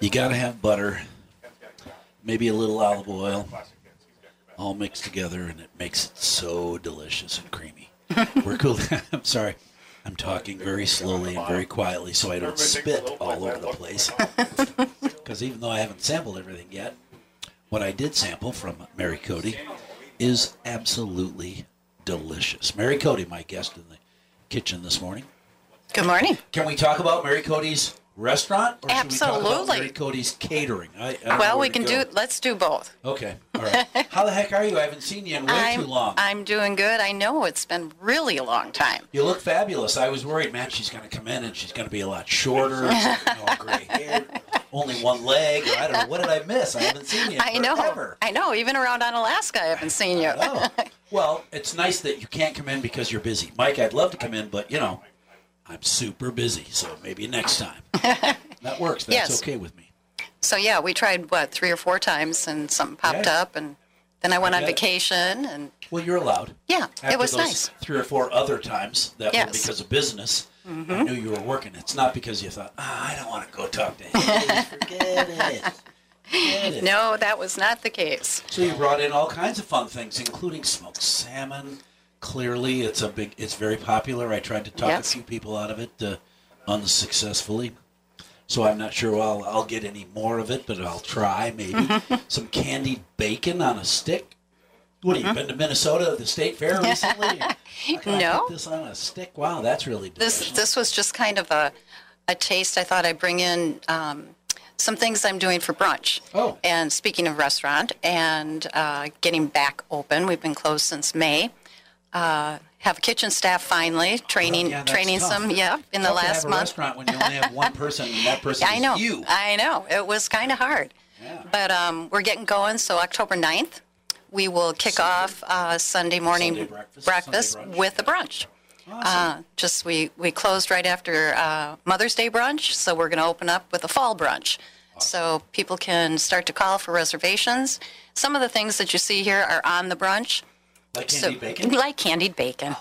You gotta have butter, maybe a little olive oil, all mixed together, and it makes it so delicious and creamy. We're cool. I'm sorry. I'm talking very slowly and very quietly so I don't spit all over the place. Because even though I haven't sampled everything yet, what I did sample from Mary Cody is absolutely delicious. Mary Cody, my guest in the kitchen this morning. Good morning. Can we talk about Mary Cody's restaurant? Or Should we talk about Absolutely. Mary Cody's catering. I, I don't know Well, where we to can go. do. Let's do both. Okay. All right. How the heck are you? I haven't seen you in way I'm too long. I'm doing good. I know it's been really a long time. you look fabulous. I was worried, man, she's going to come in and she's going to be a lot shorter. She's got all gray hair, only one leg. I don't know. What did I miss? I haven't seen you in I know. forever. I know. Even around on Alaska, I haven't seen you. Oh. Well, it's nice that you can't come in because you're busy. Mike, I'd love to come in, but, you know, I'm super busy, so maybe next time. that works. That's Yes. okay with me. So yeah, we tried what three or four times, and something popped Yeah. up, and then I went on bet. vacation, and Well, you're allowed. Yeah, it After was those nice. Three or four other times that were Yes. Mm-hmm. because of business. I knew you were working. It's not because you thought, ah, I don't want to go talk to him. Forget it. Forget it. no, that was not the case. So you brought in all kinds of fun things, including smoked salmon. Clearly, it's a big. It's very popular. I tried to talk Yes. a few people out of it uh, unsuccessfully. So I'm not sure I'll, I'll get any more of it, but I'll try maybe some candied bacon on a stick. What have you been to Minnesota, the state fair recently? I can No. put this on a stick. Wow, that's really This delicious. this was just kind of a a taste. I thought I'd bring in um, some things I'm doing for brunch. Oh. And speaking of restaurant and uh, getting back open, we've been closed since May. Uh, have kitchen staff finally training yeah, that's training tough. some. Yeah, in the Tough to last have a month. restaurant when you only have one person and that person I is know. you. I know. It was kind of hard. Yeah. But um, we're getting going. So October 9th, we will kick off uh, Sunday morning Sunday breakfast, Sunday brunch, with a yeah. brunch. Uh, just we, we closed right after uh, Mother's Day brunch, so we're going to open up with a fall brunch. So people can start to call for reservations. Some of the things that you see here are on the brunch. like So, candied bacon. Oh. Like candied bacon.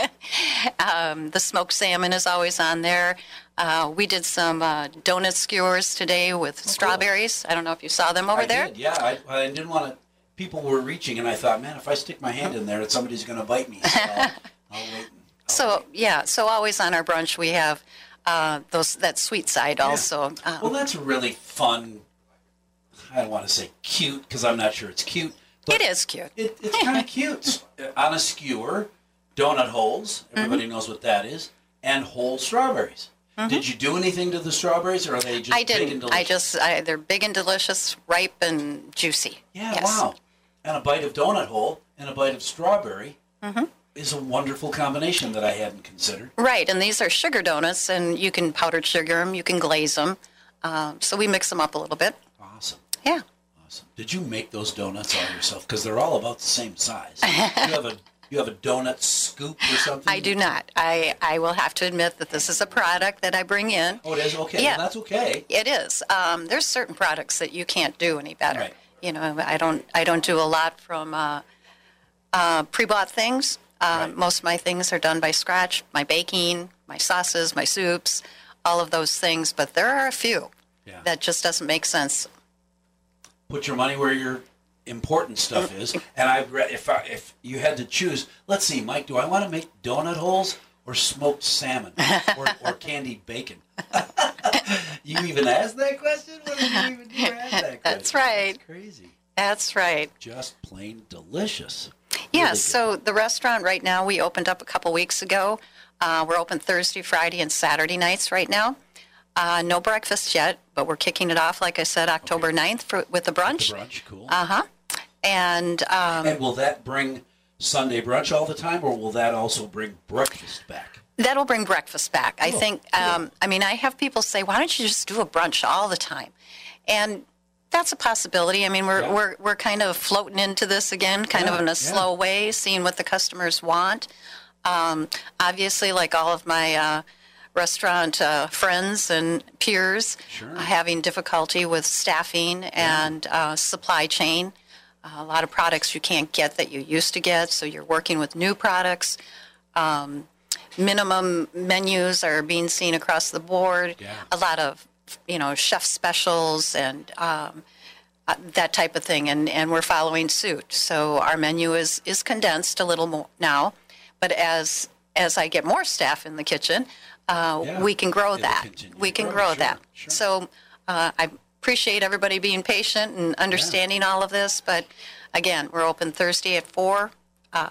um, the smoked salmon is always on there. Uh, we did some uh, donut skewers today with strawberries. I don't know if you saw them over Oh, I there. Did, yeah, I, I didn't want to. People were reaching, and I thought, man, if I stick my hand in there, somebody's going to bite me. So I'll, I'll wait. and- So yeah, so always on our brunch we have uh, those that sweet side also. Uh, Well, that's a really fun. I don't want to say cute because I'm not sure it's cute. But it is cute. It, it's kind of cute uh, on a skewer, donut holes. Mm-hmm. Everybody knows what that is, and whole strawberries. Did you do anything to the strawberries, or are they just Mm-hmm. I big and didn't. delicious? I just I, they're big and delicious, ripe and juicy. Yeah, Yes. wow. And a bite of donut hole and a bite of strawberry Mm-hmm. is a wonderful combination that I hadn't considered. Right, and these are sugar donuts, and you can powdered sugar them, you can glaze them. Um, so we mix them up a little bit. Awesome. Yeah. Awesome. Did you make those donuts all yourself? Because they're all about the same size. you have a you have a donut scoop or something? I do not. I, I will have to admit that this is a product that I bring in. Oh, it is okay. Yeah. Well, that's okay. It is. Um, there's certain products that you can't do any better. Right. You know, I don't I don't do a lot from uh, uh, pre-bought things. Um, Right. Most of my things are done by scratch. My baking, my sauces, my soups, all of those things. But there are a few Yeah. that just doesn't make sense. Put your money where your important stuff is. And I re- if I, if you had to choose, let's see, Mike, do I want to make donut holes or smoked salmon or, or candied bacon? you even asked that question? What did you even you asked that question? That's right. That's crazy. That's right. Just plain delicious. Yeah, Really good. so the restaurant right now, we opened up a couple weeks ago. Uh, we're open Thursday, Friday, and Saturday nights right now. Uh, no breakfast yet, but we're kicking it off, like I said, October 9th for, with the brunch. brunch, cool. Uh huh. And um, And will that bring Sunday brunch all the time, or will that also bring breakfast back? That'll bring breakfast back. I think, um, I mean, I have people say, why don't you just do a brunch all the time? And that's a possibility. I mean, we're, we're, we're kind of floating into this again, kind of in a slow way, seeing what the customers want. Um, obviously, like all of my uh, restaurant uh, friends and peers, uh, having difficulty with staffing and uh, supply chain. Uh, a lot of products you can't get that you used to get, so you're working with new products Um, minimum menus are being seen across the board. A lot of, you know, chef specials and um, uh, that type of thing, and, and we're following suit. So our menu is is condensed a little more now, but as as I get more staff in the kitchen, uh, Yeah. we can grow It'll that. continue We to can grow, grow sure, that. sure. So uh, I appreciate everybody being patient and understanding all of this. But again, we're open Thursday at four. uh,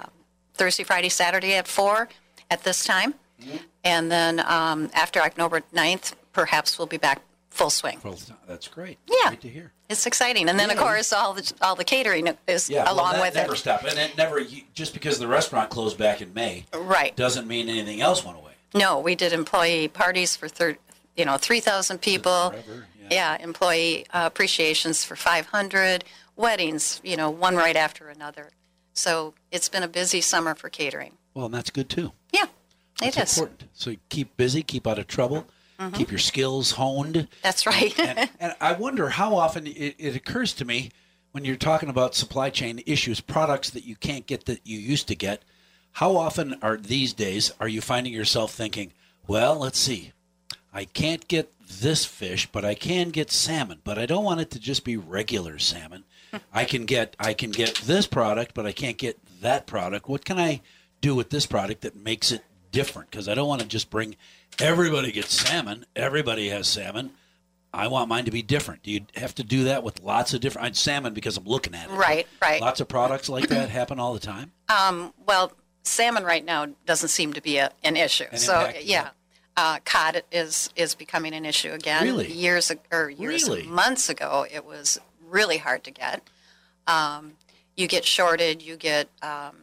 Thursday, Friday, Saturday at four at this time. Mm-hmm. And then um, after October 9th, perhaps we'll be back full swing. Well, it's not- that's great. Yeah. Great to hear. It's exciting. And then, of Yeah. course, all the, all the catering is Yeah, well, along that with never it. stop, and it never. you- Just because the restaurant closed back in May, Right. doesn't mean anything else went away. No, we did employee parties for thir- you know, 3,000 people. Forever, yeah. employee uh, appreciations for 500, weddings, you know, one right after another. So it's been a busy summer for catering. Well, and that's good too. Yeah, That's it is. Mm-hmm. important. So you keep busy, keep out of trouble, keep your skills honed. That's right. and, and I wonder how often it, it occurs to me when you're talking about supply chain issues, products that you can't get that you used to get. How often are these days are you finding yourself thinking, well, let's see, I can't get this fish, but I can get salmon, but I don't want it to just be regular salmon. I can get I can get this product, but I can't get that product. What can I do with this product that makes it different? Because I don't want to just bring everybody gets salmon, everybody has salmon. I want mine to be different. Do you have to do that with lots of different I'd salmon because I'm looking at it. Right, right. Lots of products like that happen all the time. Well, salmon right now doesn't seem to be a, an issue. so impact, yeah. yeah, uh, cod is is becoming an issue again. Really? Years ag- or years Really? months ago, it was really hard to get. Um, you get shorted. You get um,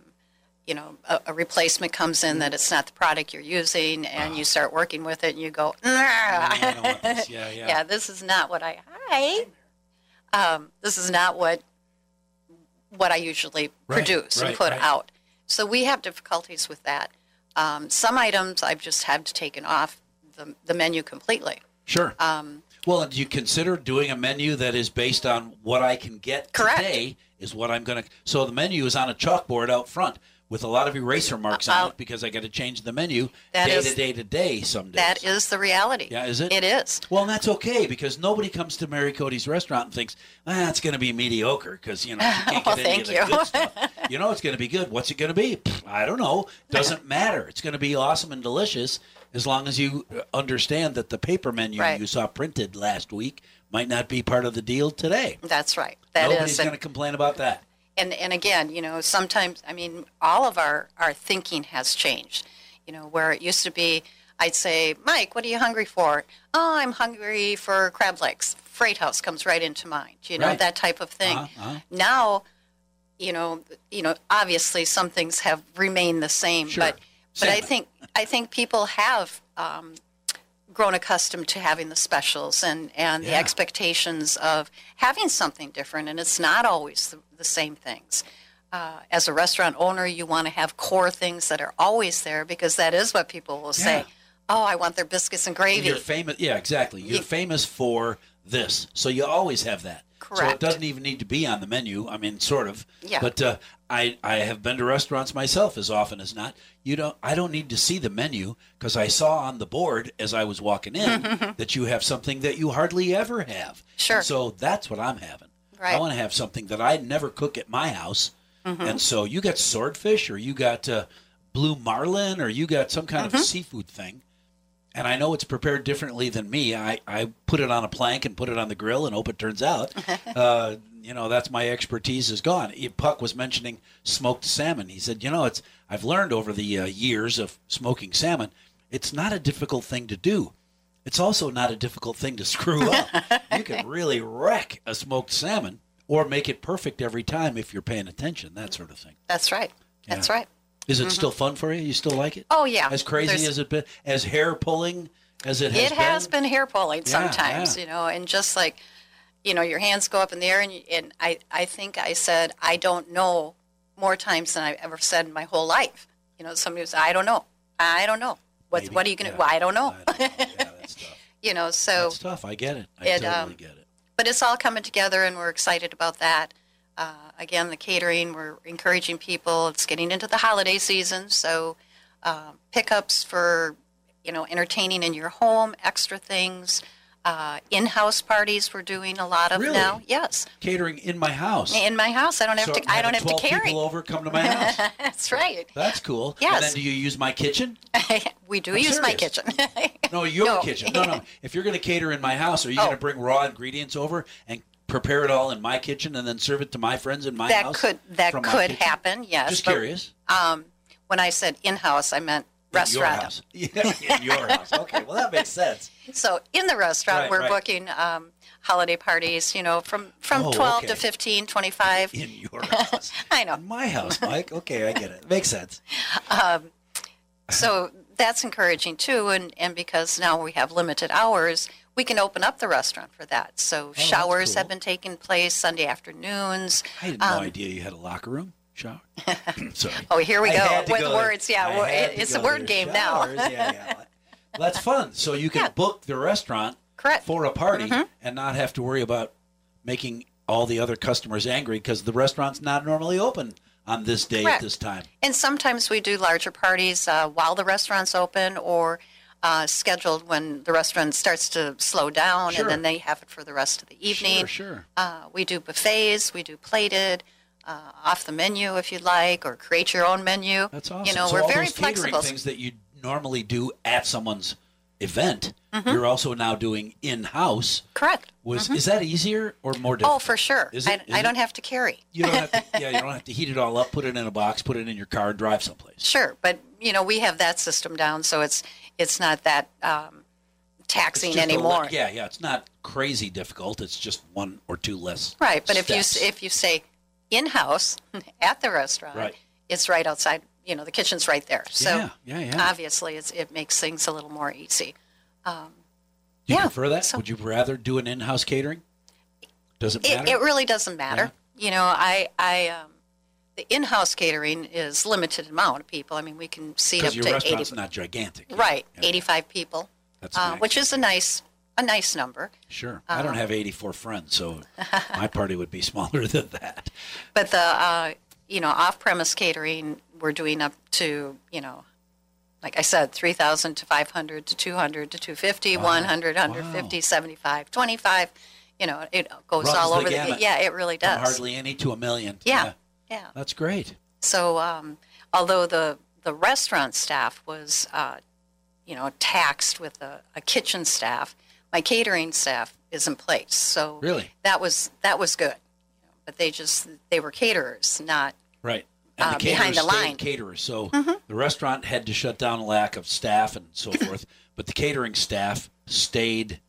you know a, a replacement comes in that it's not the product you're using, and Ah. you start working with it, and you go, "Nah." I don't want this. Yeah, yeah. yeah, this is not what I hi. Um, this is not what what I usually Right, produce right, and put right. out. So we have difficulties with that. Um, some items I've just had to taken off the, the menu completely. Sure. Um, well, and do you consider doing a menu that is based on what I can get Correct. today is what I'm going to. So the menu is on a chalkboard out front with a lot of eraser marks I'll- on it because I got to change the menu Uh, That day is- to day to day some days. That is the reality. Yeah, is it? It is. Well, and that's okay because nobody comes to Mary Cody's restaurant and thinks, ah, it's going to be mediocre because, you know, you can't get Well, any thank of the you. good stuff. You know, it's going to be good. What's it going to be? Pfft, I don't know. Doesn't matter. It's going to be awesome and delicious as long as you uh, understand that the paper menu Right. you saw printed last week might not be part of the deal today. That's right. That is. Nobody's And- going to complain about that. and and again, you know, sometimes I mean, all of our our thinking has changed. You know, where it used to be, I'd say, Mike, what are you hungry for? Oh, I'm hungry for crab legs. Freight House comes right into mind. You know, Right. that type of thing. Uh-huh, uh-huh. Now, you know, you know, obviously some things have remained the same, Sure. but but I Same. think I think people have. Um, grown accustomed to having the specials and, and the Yeah. expectations of having something different, and it's not always the, the same things. Uh, as a restaurant owner, you want to have core things that are always there because that is what people will Yeah. say. Oh, I want their biscuits and gravy. You're famous. Yeah, exactly. You're Ye- famous for this, so you always have that. So it Correct. doesn't even need to be on the menu. I mean, sort of. Yeah. But uh, I I have been to restaurants myself as often as not. You don't. I don't need to see the menu because I saw on the board as I was walking in that you have something that you hardly ever have. Sure. And so that's what I'm having. I Right. want to have something that I never cook at my house. And so you got swordfish, or you got uh, blue marlin, or you got some kind of seafood thing and I know it's prepared differently than me. I, I put it on a plank and put it on the grill and hope it turns out. uh, you know, that's my expertise is gone. E- Puck was mentioning smoked salmon. He said, you know, it's I've learned over the uh, years of smoking salmon, it's not a difficult thing to do. It's also not a difficult thing to screw up. you can really wreck a smoked salmon or make it perfect every time if you're paying attention, that sort of thing. That's right. That's Yeah. right. Is it still fun for you? You still like it? Mm-hmm. Oh, yeah. As crazy There's- as it been, as hair pulling as it has It has been hair pulling Yeah, sometimes, yeah. you know, and just like, you know, your hands go up in the air, and, you- and I, I think I said, I don't know more times than I've ever said in my whole life. You know, somebody was, I don't know. I don't know. What, Maybe, what are you going to, yeah. well, I don't know. I don't know. Yeah, that's tough. you know, so, That's tough. I get it. I It, totally um, get it. but it's all coming together, and we're excited about that. Uh, again, the catering, we're encouraging people. It's getting into the holiday season, so um, pickups for you know entertaining in your home, extra things, uh, in-house parties. We're doing a lot of Really? now. Yes, Catering in my house. in my house, I don't have So to. I'm I don't have having to 12 carry. People over, come to my house. That's right. That's cool. Yes. And then do you use my kitchen? we do use my serious. kitchen. No, your No. kitchen. No, no. If you're going to cater in my house, are you Oh. going to bring raw ingredients over and prepare it all in my kitchen and then serve it to my friends in my that house? could that from my could kitchen? happen. Yes. Just but curious. When I said in-house, I meant At Your restaurant. house. Yeah, in your house. Okay, well that makes sense. So in the restaurant, Right, we're right. booking um, holiday parties, you know, from, from Oh, 12 to okay. 15, 25. In your house. I know. In my house, Mike. Okay, I get it. Makes sense. So that's encouraging too. And, and because now we have limited hours, we can open up the restaurant for that. So Oh, that's showers have cool. been taking place Sunday afternoons. I had Um, no idea you had a locker room shower. Sorry. Oh, here we I go had to with go there. words. Yeah, I well, had it- to it's go a word there. game Showers, now. yeah, yeah. Well, That's fun. So you can Yeah. book the restaurant Correct. Mm-hmm. for a party and not have to worry about making all the other customers angry because the restaurant's not normally open on this day at Correct. this time. And sometimes we do larger parties uh, while the restaurant's open or uh, scheduled when the restaurant starts to slow down Sure. and then they have it for the rest of the evening. Sure, sure. Uh, we do buffets, we do plated, uh, off the menu if you'd like, or create your own menu. That's awesome. You know, So we're all very those catering flexible. Things that you normally do at someone's event, Mm-hmm. you're also now doing in house. Correct. Was is that easier or more difficult? Mm-hmm. Oh, for sure. Is I, it- is I don't it? have to carry. You don't have to, yeah, you don't have to heat it all up, put it in a box, put it in your car, and drive someplace. Sure, but you know, we have that system down, so it's it's not that um, taxing It's just a li- anymore. yeah, yeah, it's not crazy difficult. It's just one or two less. Right, but if you s- steps. if you say in house at the restaurant, Right. it's right outside. You know, the kitchen's right there. So uh, Yeah, yeah, yeah. obviously, it's, it makes things a little more easy. do you yeah, prefer that, so- would you rather do an in-house catering? Does it It, matter? it really doesn't matter. You know, I I um, the in house catering is limited amount of people. I mean, we can seat up Because your to eighty. restaurant's not gigantic. Yeah, Right, yeah, eighty five people, That's uh, nice. which is uh, a nice a nice number. Sure. I don't have 84 friends, so my party would be smaller than that. But the uh, you know off premise catering we're doing up to you know, like I said, three thousand to five hundred to two hundred to 250, 100, 150, Wow. 75, 25. You know, it goes Runs all the over gamut. yeah, it really From does. hardly any to a million. yeah, yeah. That's great. So, um, although the the restaurant staff was, uh, you know, taxed with a, a kitchen staff, my catering staff is in place. So Really? that was that was good. But they just they were caterers, not Right. And Uh, behind caterers the stayed line. Mm-hmm. Caterers. So the restaurant had to shut down a lack of staff and so forth, but the catering staff stayed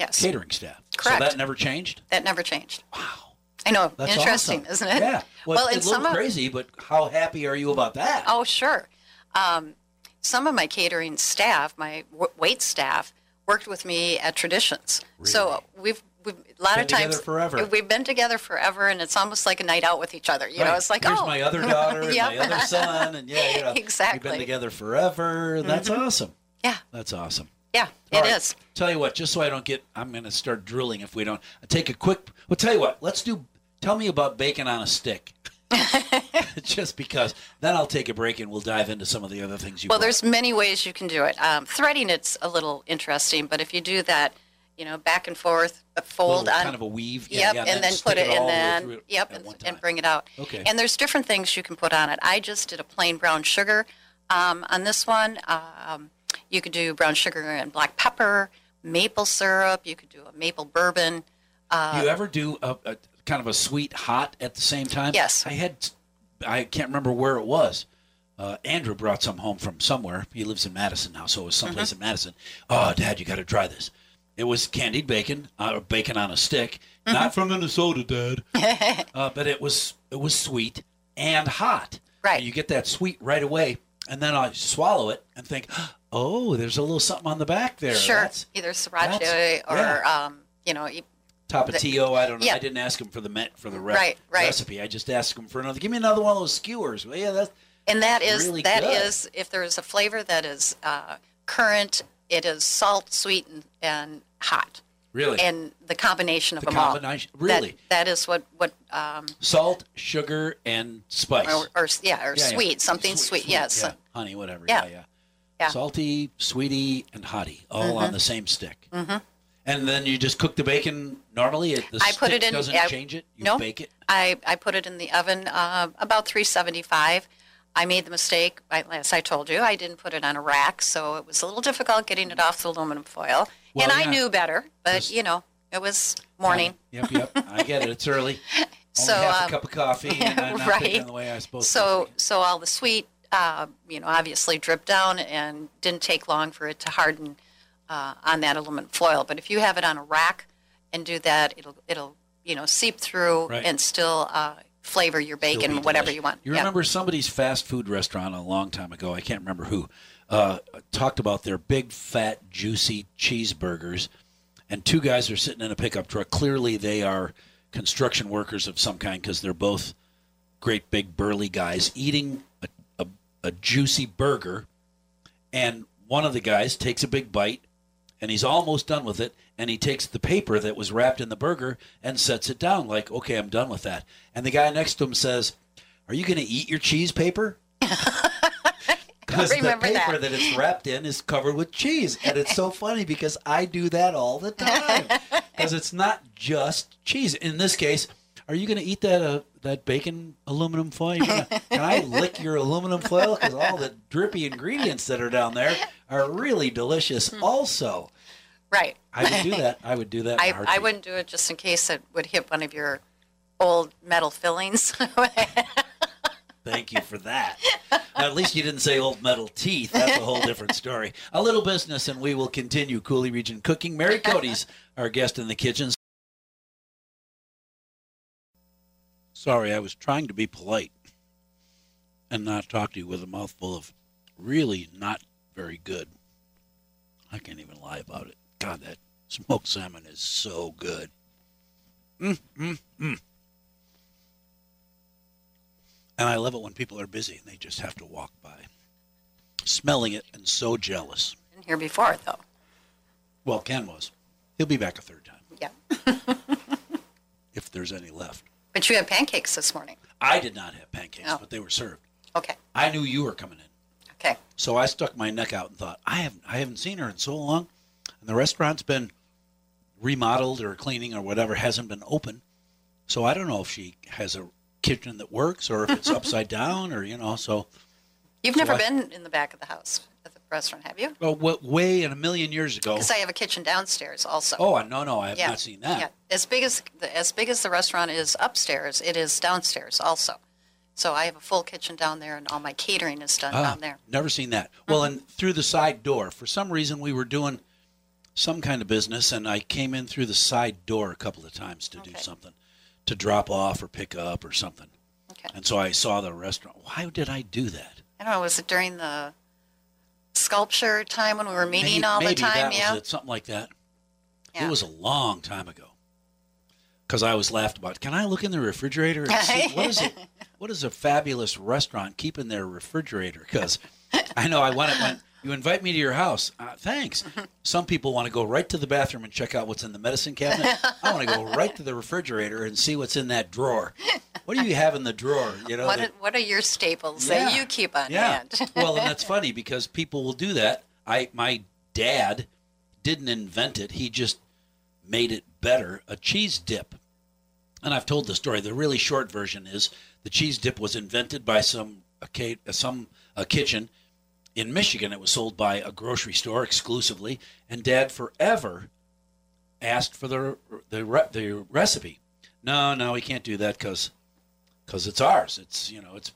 yes. catering staff. Correct. So that never changed? That never changed. Wow. I know, That's interesting, awesome. isn't it? Yeah. Well, well, it's and a little some of crazy, but how happy are you about that? Oh, sure. Um, some of my catering staff, my w- wait staff, worked with me at Traditions. So we've, we've a lot Been of times together forever. We've been together forever, and it's almost like a night out with each other. You know, Right. it's like Here's oh, my other daughter and Yep. my other son, and yeah, yeah, We've Exactly. Mm-hmm. been together forever. That's awesome. yeah, That's awesome. yeah, it All is. right. Tell you what, just so I don't get, I'm going to start drilling if we don't. I'll take a quick. Well, tell you what, let's do. Tell me about bacon on a stick. just because. Then I'll take a break and we'll dive into some of the other things you. Well, brought. there's many ways you can do it. Um, threading it's a little interesting, but if you do that, you know, back and forth, a fold Little on kind of a weave. Yeah, Yep, yeah, and then stick put it, all the and way then through it yep, at and, one and time. bring it out. Okay. And there's different things you can put on it. I just did a plain brown sugar. Um, on this one, um, you could do brown sugar and black pepper, maple syrup. You could do a maple bourbon. you ever do a, a kind of a sweet hot at the same time? Yes. I had, I can't remember where it was. Uh, Andrew brought some home from somewhere. He lives in Madison now, so it was someplace Mm-hmm. in Madison. Oh, Dad, you got to try this. It was candied bacon, uh, or bacon on a stick, Mm-hmm. not from Minnesota, Dad, uh, but it was it was sweet and hot. Right. And you get that sweet right away, and then I swallow it and think, oh, there's a little something on the back there. Sure. That's Either sriracha that's- or, yeah. um, you know, e- Tapatio. I don't know. Yeah. I didn't ask him for the met for the re- Right, right. recipe. I just asked him for another. Give me another one of those skewers. Well, yeah, that's and that is Really that good. is if there is a flavor that is uh, current, it is salt, sweet, and, and hot, really and the combination of The them combination- all. That- really? that is what what um, salt, sugar, and spice. or, or yeah Yeah, or yeah. sweet something sweet, yes. yeah. honey, whatever. Yeah. Yeah, yeah. Yeah. Salty, sweetie, and hottie, all on the same stick. Mm-hmm. And then you just cook the bacon normally. It, the I put stick it in. Doesn't I- change it. You no, bake it. I, I put it in the oven uh, about 375. I made the mistake, I- as I told you, I didn't put it on a rack, so it was a little difficult getting it off the aluminum foil. Well, and I yeah. knew better, but Just- you know, it was morning. Yep, yep. I get it. It's early. Only So, half um, a cup of coffee, and I'm not right. thinking the way I suppose. So so all the sweet, uh, you know, obviously dripped down and didn't take long for it to harden uh, on that aluminum foil. But if you have it on a rack and do that, it'll it'll you know seep through Right. and still uh, flavor your It'll bacon be whatever delicious. you want. You Yeah. remember somebody's fast food restaurant a long time ago? I can't remember who uh, talked about their big, fat, juicy cheeseburgers, and two guys are sitting in a pickup truck. Clearly, they are construction workers of some kind because they're both great, big, burly guys eating a, a, a juicy burger. And one of the guys takes a big bite, and he's almost done with it and he takes the paper that was wrapped in the burger and sets it down like okay i'm done with that and the guy next to him says are you going to eat your cheese paper because the remember paper that. that. it's wrapped in is covered with cheese and it's so funny because i do that all the time because it's not just cheese in this case are you going to eat that uh, that bacon aluminum foil? You gonna- can I lick your aluminum foil? Because all the drippy ingredients that are down there are really delicious. Hmm. Also, Right. I would do that. I would do that. in a I, I heartbeat. wouldn't do it just in case it would hit one of your old metal fillings. Thank you for that. At least you didn't say old metal teeth. That's a whole different story. A little business, and we will continue Cooley Region Cooking. Mary Cody's our guest in the kitchen. Sorry, I was trying to be polite and not talk to you with a mouthful of really not very good. I can't even lie about it. God, that smoked salmon is so good. And I love it when people are busy and they just have to walk by, smelling it and so jealous. Been here before, though. Well, Ken was. He'll be back a third time Yeah. if there's any left. But you had pancakes this morning. I did not have pancakes, Oh. but they were served. Okay. I knew you were coming in, Okay. so I stuck my neck out and thought, I haven't, I haven't seen her in so long, and the restaurant's been remodeled or cleaning or whatever hasn't been open, so I don't know if she has a kitchen that works or if it's upside down or you know. So, You've never I- been in the back of the house at the restaurant, have you? well, what way in a million years ago? Because I have a kitchen downstairs also. oh, no, no, I have not seen that. Yeah. As big as the, as big as the restaurant is upstairs, it is downstairs also. So I have a full kitchen down there, and all my catering is done Ah, down there. Mm-hmm. Never seen that. Well, and through the side door. For some reason, we were doing some kind of business, and I came in through the side door a couple of times to do Okay. something, to drop off or pick up or something. Okay. And so I saw the restaurant. Why did I do that? I don't know. Was it during the sculpture time when we were meeting May- all maybe the time? that yeah. was it, something like that. yeah. It was a long time ago. Because I was laughed about. Can I look in the refrigerator and see what is it? What is a fabulous restaurant keep in their refrigerator? Because I know I want it when you invite me to your house. Uh, thanks. Some people want to go right to the bathroom and check out what's in the medicine cabinet. I want to go right to the refrigerator and see what's in that drawer. What do you have in the drawer? You know, what, that- are, what are your staples that Yeah. you keep on yeah. hand? well, and that's funny because people will do that. I my dad didn't invent it. He just made it better. A cheese dip. And I've told the story. The really short version is the cheese dip was invented by some a ca- some a kitchen in Michigan. It was sold by a grocery store exclusively, and Dad forever asked for the the re- the recipe. No, no, we can't do that because because it's ours. It's you know it's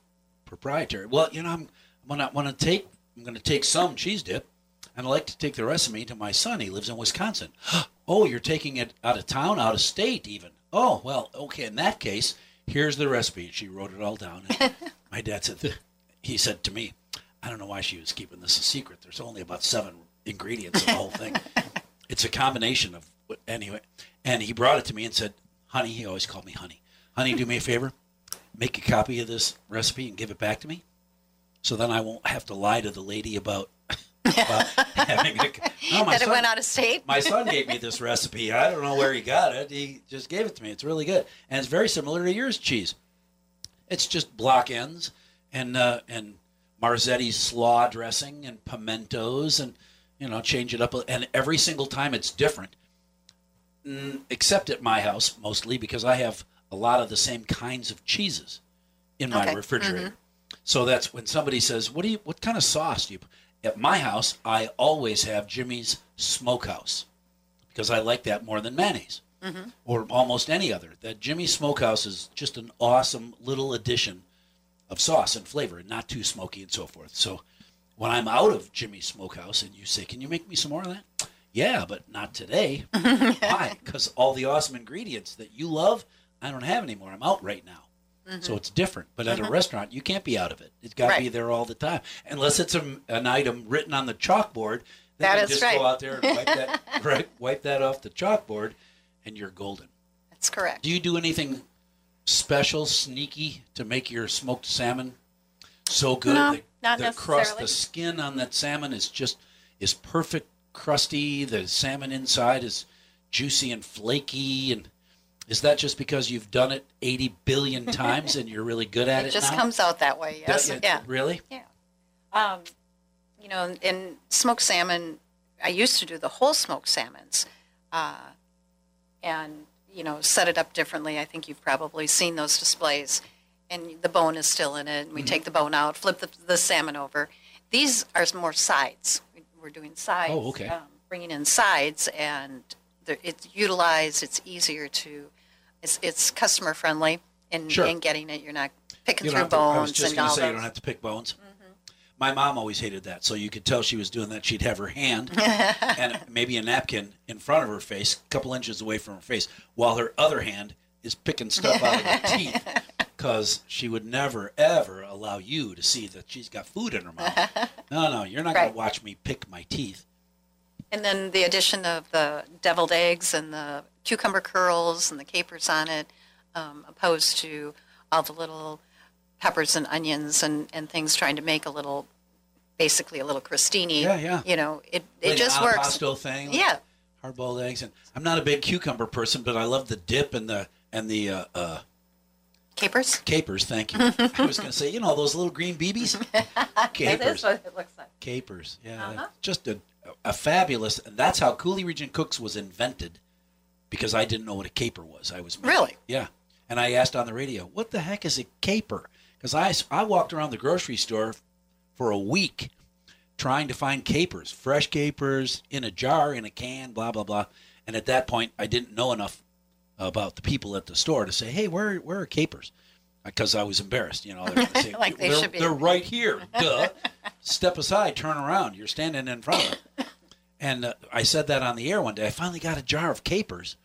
proprietary. Well, you know I'm I'm gonna want to take I'm gonna take some cheese dip, and I'd like to take the recipe to my son. He lives in Wisconsin. oh, you're taking it out of town, out of state, even. Oh well, okay. In that case, here's the recipe. She wrote it all down. And my dad said, he said to me, I don't know why she was keeping this a secret. There's only about seven ingredients in the whole thing. it's a combination of what- anyway. And he brought it to me and said, honey, he always called me honey. Honey, do me a favor. Make a copy of this recipe and give it back to me. So then I won't have to lie to the lady about, about having a, no, Oh, my that it son- went out of state. my son gave me this recipe. I don't know where he got it. He just gave it to me. It's really good, and it's very similar to yours, cheese. It's just block ends and uh, and Marzetti slaw dressing and pimentos and you know change it up. And every single time it's different, Mm, except at my house mostly because I have a lot of the same kinds of cheeses in my Okay. refrigerator. So that's when somebody says, "What do you? What kind of sauce do you?" p-" At my house, I always have Jimmy's Smokehouse because I like that more than mayonnaise or almost any other. That Jimmy's Smokehouse is just an awesome little addition of sauce and flavor, and not too smoky and so forth. So when I'm out of Jimmy's Smokehouse and you say, "Can you make me some more of that?" Yeah, but not today. Why? Because all the awesome ingredients that you love, I don't have anymore. I'm out right now. So it's different. But at a restaurant, you can't be out of it. It's got to be Mm-hmm. Right. there all the time, unless it's a, an item written on the chalkboard. Then That you is just right. go out there and wipe that, right, wipe that off the chalkboard, and you're golden. That's correct. Do you do anything special, sneaky, to make your smoked salmon so good? No, the, not the crust, necessarily. the skin on that salmon is just is perfect, crusty. The salmon inside is juicy and flaky. And is that just because you've done it eighty billion times and you're really good at it? It just now? comes out that way. That- Yes. yeah. Really? Um, you know, in smoked salmon, I used to do the whole smoked salmons, uh, and you know, set it up differently. I think you've probably seen those displays, and the bone is still in it. And we Mm-hmm. take the bone out, flip the, the salmon over. These are more sides. We're doing sides. Oh, okay. Um, bringing in sides, and they're- it's utilized. It's easier to. It's, it's customer friendly in, Sure. in getting it. You're not picking You don't through have to, I was bones just and going to all say you those. don't have to pick bones. Mm-hmm. My mom always hated that, so you could tell she was doing that. She'd have her hand and maybe a napkin in front of her face, a couple inches away from her face, while her other hand is picking stuff out of her teeth, because she would never ever allow you to see that she's got food in her mouth. No, no, you're not going Right. to watch me pick my teeth. And then the addition of the deviled eggs and the cucumber curls and the capers on it, um, opposed to all the little peppers and onions and, and things trying to make a little, basically a little crostini. Yeah, yeah. You know, it, Like it an just works. Impasto thing. Yeah. hard boiled eggs, and I'm not a big cucumber person, but I love the dip and the and the uh, uh, Capers? Capers, thank you. I was going to say, you know, those little green BBs? Capers. it looks like. Capers, yeah. Uh-huh. that's Just a, a fabulous, and that's how Cooley Region Cooks was invented because I didn't know what a caper was. I was Really? Yeah. And I asked on the radio, what the heck is a caper? Because I, s- I walked around the grocery store for a week trying to find capers, fresh capers in a jar, in a can, blah, blah, blah. And at that point, I didn't know enough about the people at the store to say, hey, where, where are capers? Because I was embarrassed, you know. They're gonna say, Like they "They're- should be." They're right here. Duh. Step aside, turn around. You're standing in front of them. And uh, I said that on the air one day. I finally got a jar of capers.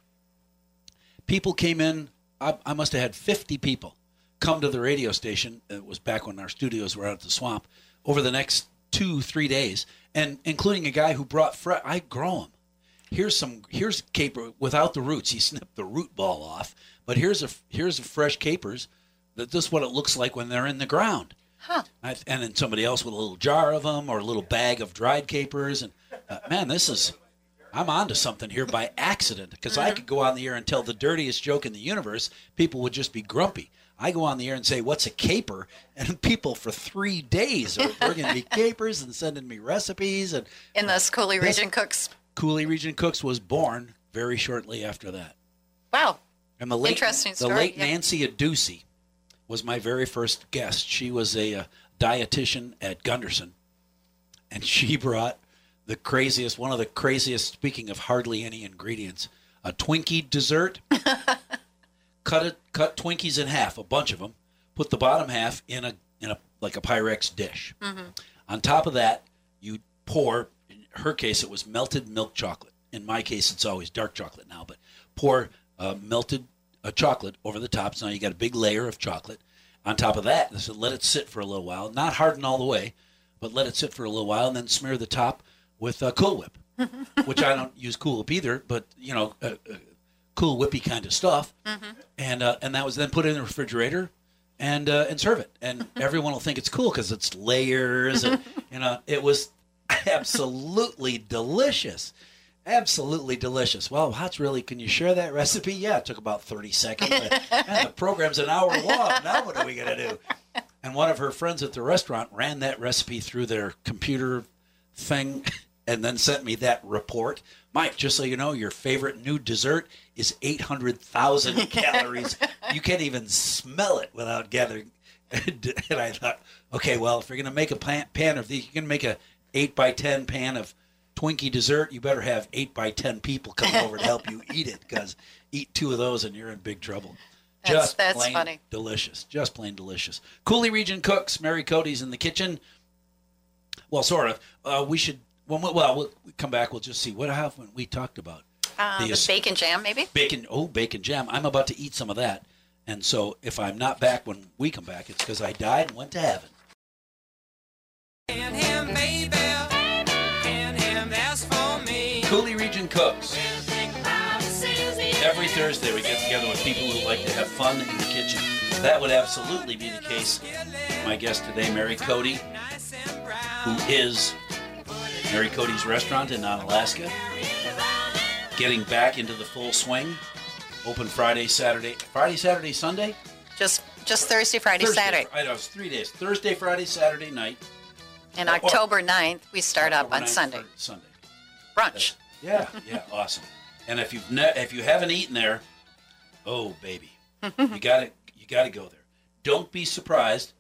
People came in. I, I must have had 50 people come to the radio station. It was back when our studios were out at the swamp over the next two, three days, and including a guy who brought fresh. I grow them. Here's some. Here's caper without the roots. He snipped the root ball off. But here's a here's a fresh capers. That this is what it looks like when they're in the ground. I, and then somebody else with a little jar of them or a little bag of dried capers. And uh, man, this is, I'm onto something here by accident because I could go on the air and tell the dirtiest joke in the universe. People would just be grumpy. I go on the air and say, What's a caper? And people for three days are bringing me capers and sending me recipes. And In the Scully This- region cooks. Cooley Region Cooks was born very shortly after that. Wow. And the late, Interesting The story, late yeah. Nancy Aducey was my very first guest. She was a, uh dietitian at Gunderson, and she brought the craziest, one of the craziest. Speaking of hardly any ingredients, a Twinkie dessert. cut it, cut Twinkies in half, a bunch of them. Put the bottom half in a in a like a Pyrex dish. Hmm. On top of that, you pour. In her case, it was melted milk chocolate. In my case, it's always dark chocolate now, but pour uh, melted a chocolate over the top. So now you got a big layer of chocolate on top of that. So let it sit for a little while, not harden all the way, but let it sit for a little while, and then smear the top with uh, Cool Whip, which I don't use Cool Whip either, but you know, uh, uh, Cool Whippy kind of stuff. And uh, and that was then put in the refrigerator. And, uh, and serve it, and everyone will think it's cool because it's layers. And, you know, it was absolutely delicious. Absolutely delicious. Wow, Hots, really, can you share that recipe? Yeah, it took about 30 seconds. but, man, the program's an hour long. Now what are we going to do? And one of her friends at the restaurant ran that recipe through their computer thing and then sent me that report. Mike, just so you know, your favorite new dessert is 800,000 calories. You can't even smell it without gathering. And, and I thought, okay, well, if you're going to make a pan, pan of these, you're going to make a 8 by 10 pan of Twinkie dessert, you better have 8 by 10 people come over to help you eat it because eat two of those and you're in big trouble. That's- just that's plain funny. delicious. Just plain delicious. Cooley Region Cooks, Mary Cody's in the kitchen. Well, sort of. Uh, we should. Well, well, well, we'll we come back. We'll just see what happened. We talked about Uh, The the es- bacon jam, maybe? bacon. Oh, bacon jam. I'm about to eat some of that. And so, if I'm not back when we come back, it's because I died and went to heaven. And him, baby. And him, that's for me. Cooley Region Cooks. Every Thursday, we get together with people who like to have fun in the kitchen. That would absolutely be the case. with My guest today, Mary Cody, Nice and brown. who is Mary Cody's restaurant in Onalaska, getting back into the full swing. Open Friday, Saturday, Friday, Saturday, Sunday, Just just Thursday, Friday, Thursday. Saturday. I know it's three days: Thursday, Friday, Saturday night. And Or- October 9th, we start up on overnight Sunday. for Sunday. Brunch. Yeah, yeah, awesome. And if you've ne- if you haven't eaten there, oh baby, you got to you got to go there. Don't be surprised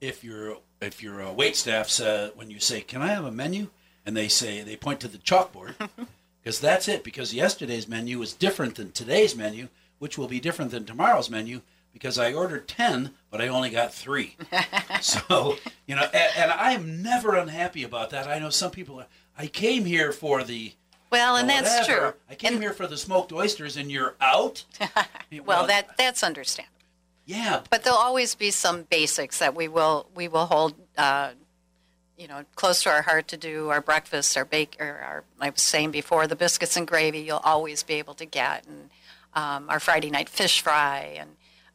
if your if your uh, wait staff uh, when you say, "Can I have a menu?" and they say they point to the chalkboard because that's it. Because yesterday's menu is different than today's menu, which will be different than tomorrow's menu because I ordered ten, but I only got three. so you know, and, and I'm never unhappy about that. I know some people. Are, I came here for the Well, and or that's whatever. true. I came here for the smoked oysters, and you're out. Well, that that's understandable. yeah, But there'll always be some basics that we will we will hold, uh, you know, close to our heart to do our breakfast, our bake, or our I was saying before the biscuits and gravy. You'll always be able to get and um, our Friday night fish fry and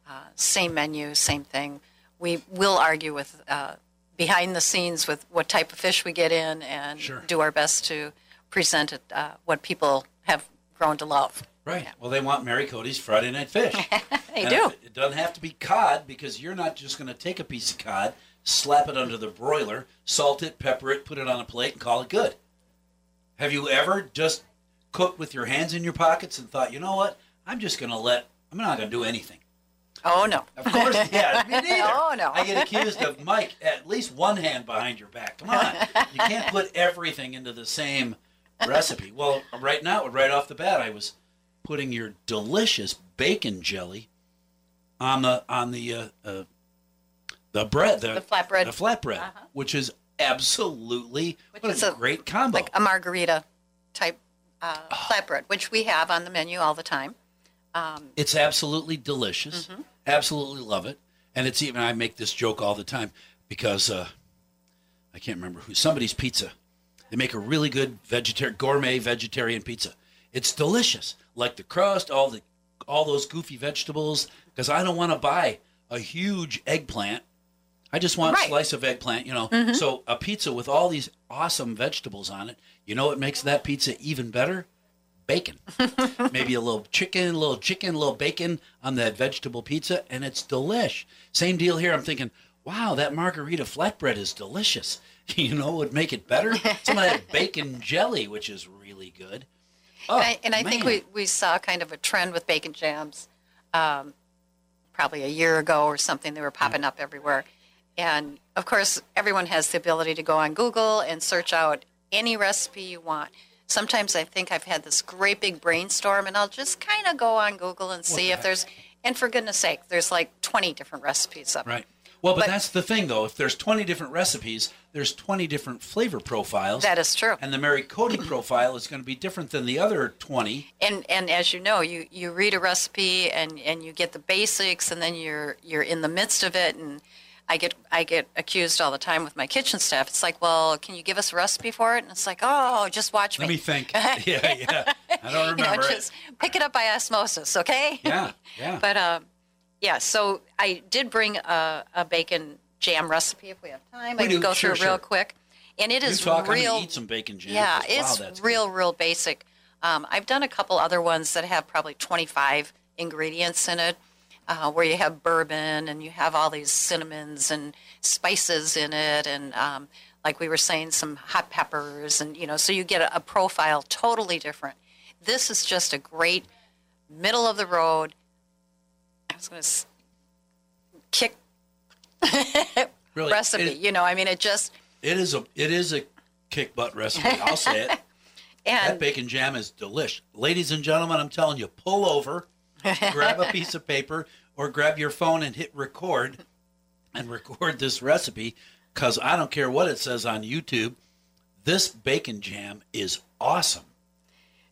uh, same menu, same thing. We will argue with uh, behind the scenes with what type of fish we get in and Sure. do our best to present it, uh, what people have grown to love. right. Well, they want Mary Cody's Friday night fish. They And do. if- It doesn't have to be cod because you're not just going to take a piece of cod, slap it under the broiler, salt it, pepper it, put it on a plate, and call it good. Have you ever just cooked with your hands in your pockets and thought, you know what? I'm just going to let. I'm not going to do anything. Oh no. Of course, yeah, me neither. Oh, no. I get accused of Mike. At least one hand behind your back. Come on, you can't put everything into the same recipe. Well, right now, right off the bat, I was putting your delicious bacon jelly on the on the uh, uh, the bread, the, The flatbread. the Uh-huh. flatbread, which is absolutely what is a, a- great combo. like a margarita type uh, flatbread, which we have on the menu all the time. It's absolutely delicious. Absolutely love it. And it's even I make this joke all the time because uh, I can't remember who somebody's pizza. They make a really good vegetarian gourmet vegetarian pizza. It's delicious. Like the crust, all the all those goofy vegetables because I don't want to buy a huge eggplant. I just want a Right. slice of eggplant, you know. So a pizza with all these awesome vegetables on it. You know what makes that pizza even better? bacon. Maybe a little chicken, a little chicken, a little bacon on that vegetable pizza, and it's delish. Same deal here. I'm thinking, wow, that margarita flatbread is delicious. You know what would make it better? Some of that bacon jelly, which is really good. Oh, and I, and I think man. we, we saw kind of a trend with bacon jams um, probably a year ago or something. Mm. They were popping up everywhere. And of course, everyone has the ability to go on Google and search out any recipe you want. Sometimes I think I've had this great big brainstorm, and I'll just kind of go on Google and see if there's, and for goodness sake, there's like 20 different recipes up. Right. Well, but, But- that's the thing, though. If there's 20 different recipes, there's 20 different flavor profiles. That is true. And the Mary Cody profile is going to be different than the other 20. And and as you know, you, you read a recipe and, and you get the basics, and then you're you're in the midst of it. And I get I get accused all the time with my kitchen staff. It's like, well, can you give us a recipe for it? And it's like, oh, just watch Let me. me think. yeah, yeah. I don't you know, remember. it. just pick it up by osmosis, okay? Yeah, yeah. but uh, yeah, so I did bring a, a bacon jam recipe if we have time. We I can do, go sure, through it real sure. quick, and it you is talk, I'm real. gonna eat some bacon jam. Yeah, 'cause, wow, it's that's good. real, real basic. Um, I've done a couple other ones that have probably 25 ingredients in it, uh, where you have bourbon and you have all these cinnamons and spices in it, and um, like we were saying, some hot peppers, and you know, so you get a, a profile totally different. This is just a great middle of the road. I was going to kick Really, recipe. it- you know, I mean, it just it is a it is a kick butt recipe. I'll say it. and That bacon jam is delish. Ladies and gentlemen, I'm telling you, pull over, grab a piece of paper, or grab your phone and hit record and record this recipe because I don't care what it says on YouTube. This bacon jam is awesome.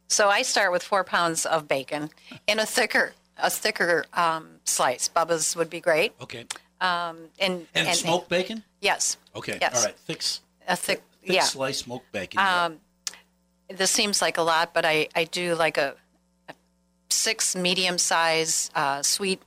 So I start with four pounds of bacon in a thicker a thicker um, slice. Bubba's would be great. Okay. Um, and, And, smoked bacon? Yes. Okay. Yes. All right. Thick, s- A thick. thick yeah. Um, slice smoked bacon. yeah. This seems like a lot, but I I do like a, a six medium size uh, sweet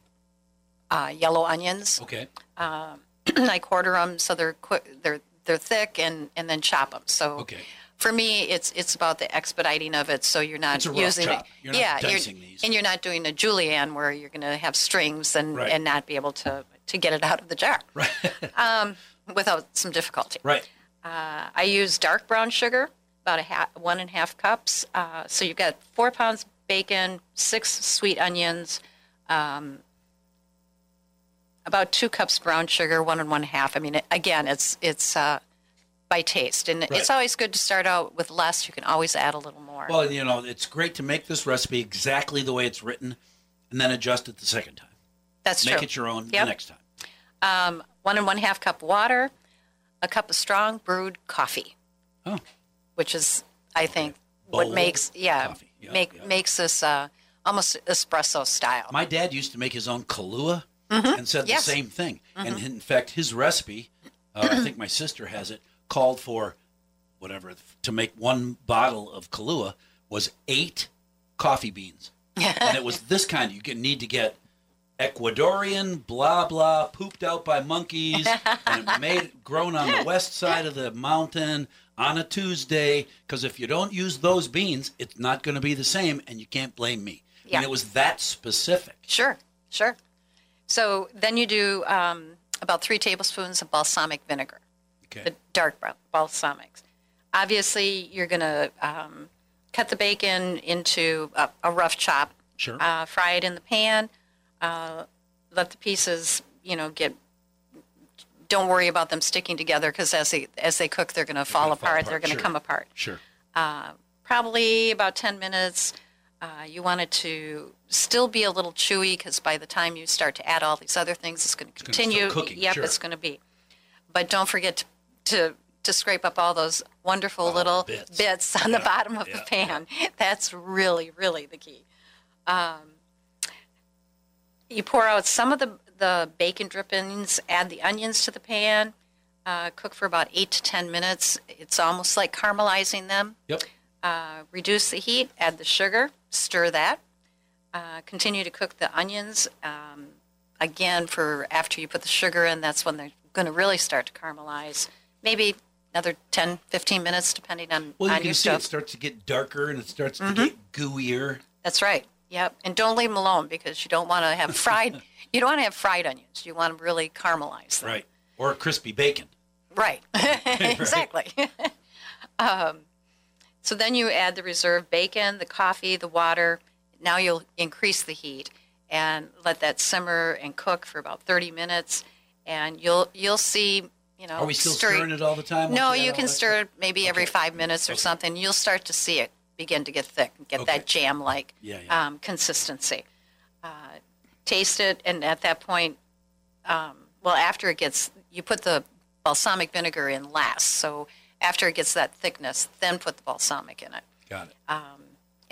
uh, yellow onions. okay. I quarter them so they're quick, they're they're thick, and and then chop them. So Okay. for me, it's it's about the expediting of it, so you're not It's a rough using chop. it. You're not yeah, dicing these. and you're not doing a julienne where you're going to have strings and Right. and not be able to to get it out of the jar right. um, without some difficulty. Right. I use dark brown sugar, about a half, one and a half cups. Uh, so you've got four pounds bacon, six sweet onions, um, about two cups brown sugar, one and one half. I mean, it- again, it's it's uh, by taste, and Right. it's always good to start out with less. You can always add a little more. Well, you know, it's great to make this recipe exactly the way it's written and then adjust it the second time. That's Make true. it your own the Yep. next time. One and one half cup water, a cup of strong brewed coffee. Oh. which is I think Bold what makes yeah, coffee. Yeah, make yeah. makes this uh, almost espresso style. My dad used to make his own Kahlua and said Mm-hmm. Yes. Mm-hmm. the same thing. And in fact, his recipe, uh, I think my sister has it, called for whatever to make one bottle of Kahlua was eight coffee beans, and it was this kind. You can need to get Ecuadorian, blah blah, pooped out by monkeys, and it made grown on the west side of the mountain on a Tuesday. Because if you don't use those beans, it's not going to be the same, and you can't blame me. Yeah. And it was that specific. Sure, sure. So then you do um, about three tablespoons of balsamic vinegar, Okay. the dark bal- balsamics. Obviously, you're going to um, cut the bacon into a, a rough chop. Sure. Uh, fry it in the pan. Uh, let the pieces, you know, get. Don't worry about them sticking together because as they as they cook, they're going to fall gonna fall apart. apart, They're going to sure. come apart Sure. probably about 10 minutes. Uh, you want it to still be a little chewy because by the time you start to add all these other things, it's going to gonna start continue. cooking, yep, sure. it's going to be. But don't forget to, to to scrape up all those wonderful little Oh, bits. bits, on the bottom of the pan. That's really, really the key. Um, you pour out some of the, the bacon drippings, add the onions to the pan, uh, cook for about eight to 10 minutes. It's almost like caramelizing them Yep. uh, reduce the heat, add the sugar, stir that. Uh, continue to cook the onions um, again for after you put the sugar in. That's when they're going to really start to caramelize. Maybe another 10, 15 minutes, depending on, Well, you on can see your Mm-hmm. stove. it starts to get darker and it starts to get gooier. That's right. Yep. And don't leave them alone because you don't want to have fried. you don't want to have fried onions. You want to really caramelize them. Right. Or crispy bacon. Right. exactly. um, so then you add the reserved bacon, the coffee, the water. Now you'll increase the heat and let that simmer and cook for about 30 minutes, and you'll you'll see. You know, Are we still Oh, stir- stirring it all the time? No, after that, you all can that stir stuff? it maybe every five minutes or something. You'll start to see it begin to get thick and get Okay. that jam-like Yeah, yeah. Um, consistency. Uh, taste it, and at that point, um, well, after it gets, you put the balsamic vinegar in last. So after it gets that thickness, then put the balsamic in it. Got it.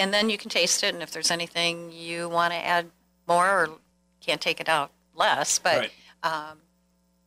And then you can taste it, and if there's anything you want to add more or can't take it out less, but Right.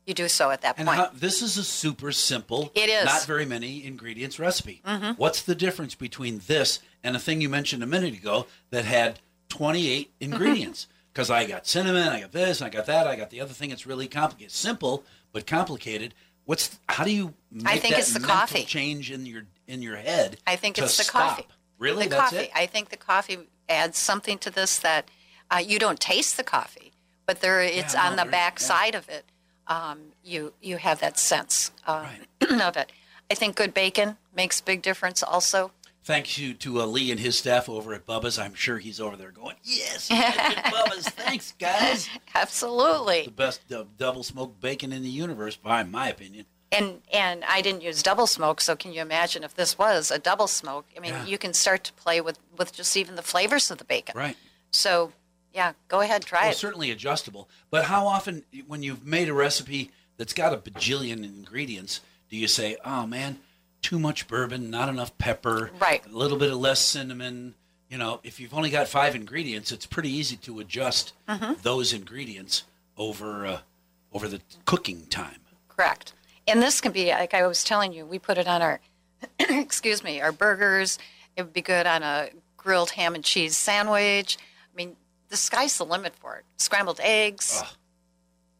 you do so at that And point. how, this is a super simple, It is. Mm-hmm. not very many ingredients recipe. What's the difference between this and a thing you mentioned a minute ago that had 28 Mm-hmm. ingredients? Because I got cinnamon, I got this, I got that, I got the other thing. It's really complicated, simple but complicated. What's how do you? Make think that it's the mental coffee. change in your in your head. I think to it's the stop? coffee. Really, the that's coffee. it. I think the coffee adds something to this that uh, you don't taste the coffee, but there it's Yeah, no, on the there- back yeah. side of it. Um, you you have that sense um, of it. I think good bacon makes big difference also. Thanks you to uh, Lee and his staff over at Bubba's. I'm sure he's over there going, "Yes, at Bubba's. Thanks, guys." Absolutely. the best dou- double smoked bacon in the universe, by my opinion. and and I didn't use double smoke, so can you imagine if this was a double smoke? I mean, Yeah. you can start to play with with just even the flavors of the bacon. Right. So, yeah, go ahead, try Well, it. certainly adjustable. But how often, when you've made a recipe that's got a bajillion ingredients, do you say, "Oh man, too much bourbon, not enough pepper, Right. A little bit of less cinnamon." You know, if you've only got five ingredients, it's pretty easy to adjust those ingredients over uh, over the cooking time. Correct. And this can be like I was telling you, we put it on our excuse me, our burgers. It would be good on a grilled ham and cheese sandwich. I mean, the sky's the limit for it. Scrambled eggs.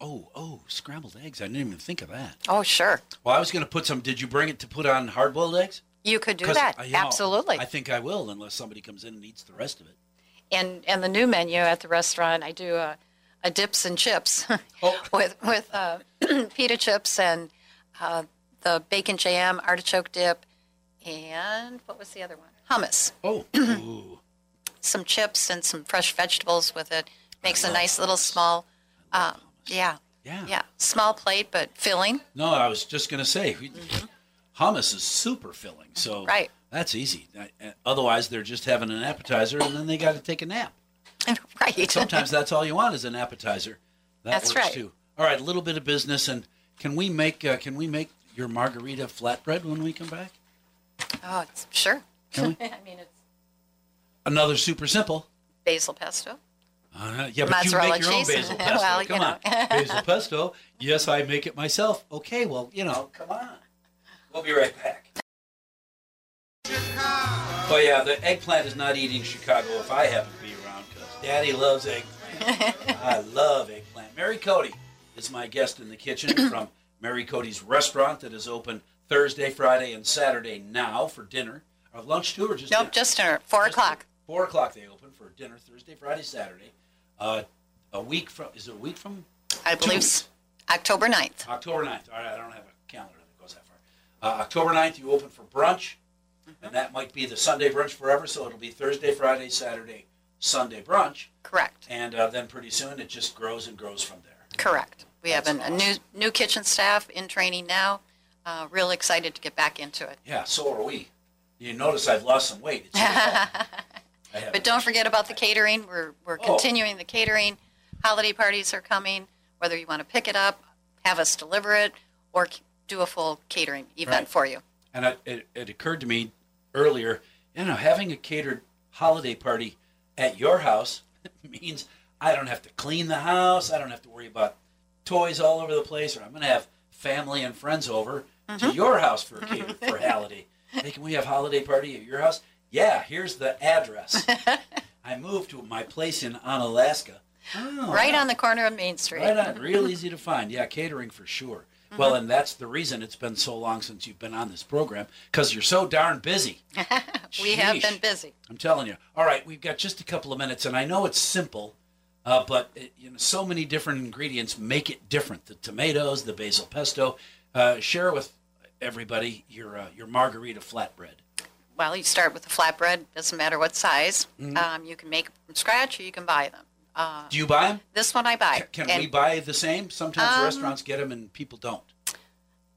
Oh, oh, scrambled eggs! I didn't even think of that. Oh, sure. Well, I was going to put some. Did you bring it to put on hard boiled eggs? You could do 'Cause, that. uh, you know, Absolutely. I think I will, unless somebody comes in and eats the rest of it. and and the new menu at the restaurant, I do a, a dips and chips Oh. with with uh, pita chips and uh, the bacon jam, artichoke dip, and what was the other one? Hummus. Oh, Ooh. Some chips and some fresh vegetables with it makes a nice little small, uh, yeah, Yeah. yeah, small plate but filling. no, I was just going to say we- hummus is super filling, so Mm-hmm. Right. that's easy. I- uh, Otherwise, they're just having an appetizer and then they got to take a nap. right. Sometimes that's all you want is an appetizer. That That's works right. too. All right, a little bit of business, and can we make uh, can we make your margarita flatbread when we come back? Oh, it's, sure. Can I mean, it's Another super simple. basil pesto. Uh, yeah, but Mozzarella you make your cheese. own basil pesto. Well, you come know. on, basil pesto. Yes, I make it myself. Okay, well, you know, Oh, come on. We'll be right back. Oh yeah, the eggplant is not eating Chicago if I happen to be around because Daddy loves eggplant. I love eggplant. Mary Cody is my guest in the kitchen from Mary Cody's restaurant that is open Thursday, Friday, and Saturday now for dinner or lunch too, or just Nope, dinner? just dinner. Four o'clock. Four o'clock they open for dinner Thursday, Friday, Saturday. Uh, a week from is it a week from I believe weeks. s- October 9th. October 9th. All right, I don't have a calendar that goes that far. Uh, October 9th you open for brunch, Mm-hmm. and that might be the Sunday brunch forever. So it'll be Thursday, Friday, Saturday, Sunday brunch, Correct. and uh, then pretty soon it just grows and grows from there. Correct. We have That's an, a new new kitchen staff in training now. Uh, real excited to get back into it. Yeah, so are we. You notice I've lost some weight. It's your fault. I have- But don't forget about the catering. We're we're Oh. continuing the catering. Holiday parties are coming. Whether you want to pick it up, have us deliver it, or c- do a full catering event Right. for you. And I, it, it occurred to me earlier, you know, having a catered holiday party at your house means I don't have to clean the house. I don't have to worry about toys all over the place, or I'm going to have family and friends over to your house for a catered for holiday. Hey, can we have holiday party at your house? Yeah, here's the address. I moved to my place in Onalaska. Oh, Right on the corner of Main Street. Right on. Real easy to find. Yeah, catering for sure. Well, Mm-hmm. and that's the reason it's been so long since you've been on this program because you're so darn busy. We have Sheesh. been busy. I'm telling you. All right, we've got just a couple of minutes, and I know it's simple, uh, but it, you know, so many different ingredients make it different. The tomatoes, the basil pesto. Uh, share with everybody your uh, your margarita flatbread. Well, you start with the flatbread. Doesn't matter what size. Mm-hmm. Um, you can make them from scratch, or you can buy them. Uh, Do you buy them? this one I buy. Can and Um, we buy the same? Sometimes restaurants get them and people don't.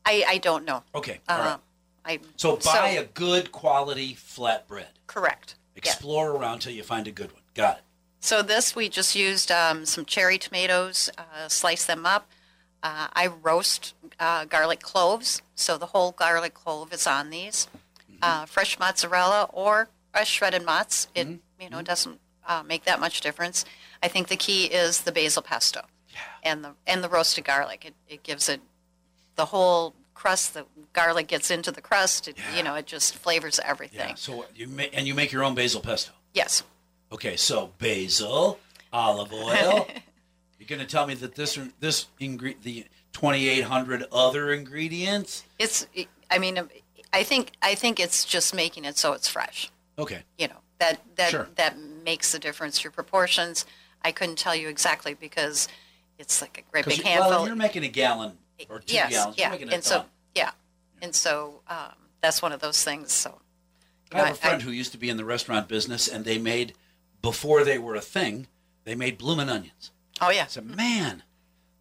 I I don't know. Okay. All right. Uh, I So buy a good quality flatbread. correct. Yeah. Explore around till you find a good one. Got it. So this, we just used um, some cherry tomatoes, uh, sliced them up, Uh, I roast uh, garlic cloves, so the whole garlic clove is on these. Uh, fresh mozzarella or a shredded mozz, it you know doesn't uh, make that much difference. I think the key is the basil pesto and the and the roasted garlic. It, it gives it the whole crust. The garlic gets into the crust. It, You know, it just flavors everything. Yeah. So you ma- and you make your own basil pesto. Yes. Okay, so basil, olive oil. You're gonna tell me that this this ingre- the 2,800 other ingredients. It's. I mean, I think I think it's just making it so it's fresh. Okay. You know that that Sure. that makes the difference. Your proportions. I couldn't tell you exactly because it's like a great 'Cause big you- well, handful. you're making a gallon or two yes. gallons. Yeah. You're making a and so ton. yeah. And so um, that's one of those things. So I have a I- friend I- who used to be in the restaurant business, and they made before they were a thing, they made bloomin' onions. oh yeah. I said, "Man,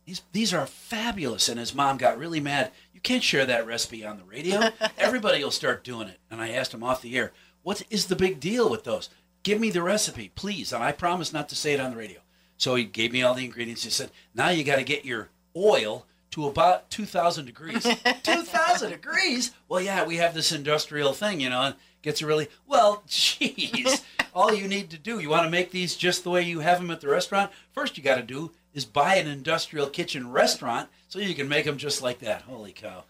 these these are fabulous." And his mom got really mad. You can't share that recipe on the radio. Everybody will start doing it. And I asked him off the air, "What is the big deal with those? Give me the recipe, please." And I promise not to say it on the radio. So he gave me all the ingredients. He said, "Now you got to get your oil." To about 2,000 degrees. 2,000 degrees? Well, yeah, we have this industrial thing, you know, and it gets really, well, geez, all you need to do, you want to make these just the way you have them at the restaurant? First, you got to do is buy an industrial kitchen restaurant so you can make them just like that. Holy cow.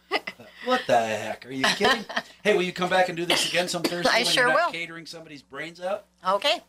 What the heck? Are you kidding? hey, will you come back and do this again some Thursday I when sure you're not will. catering somebody's brains out? Okay.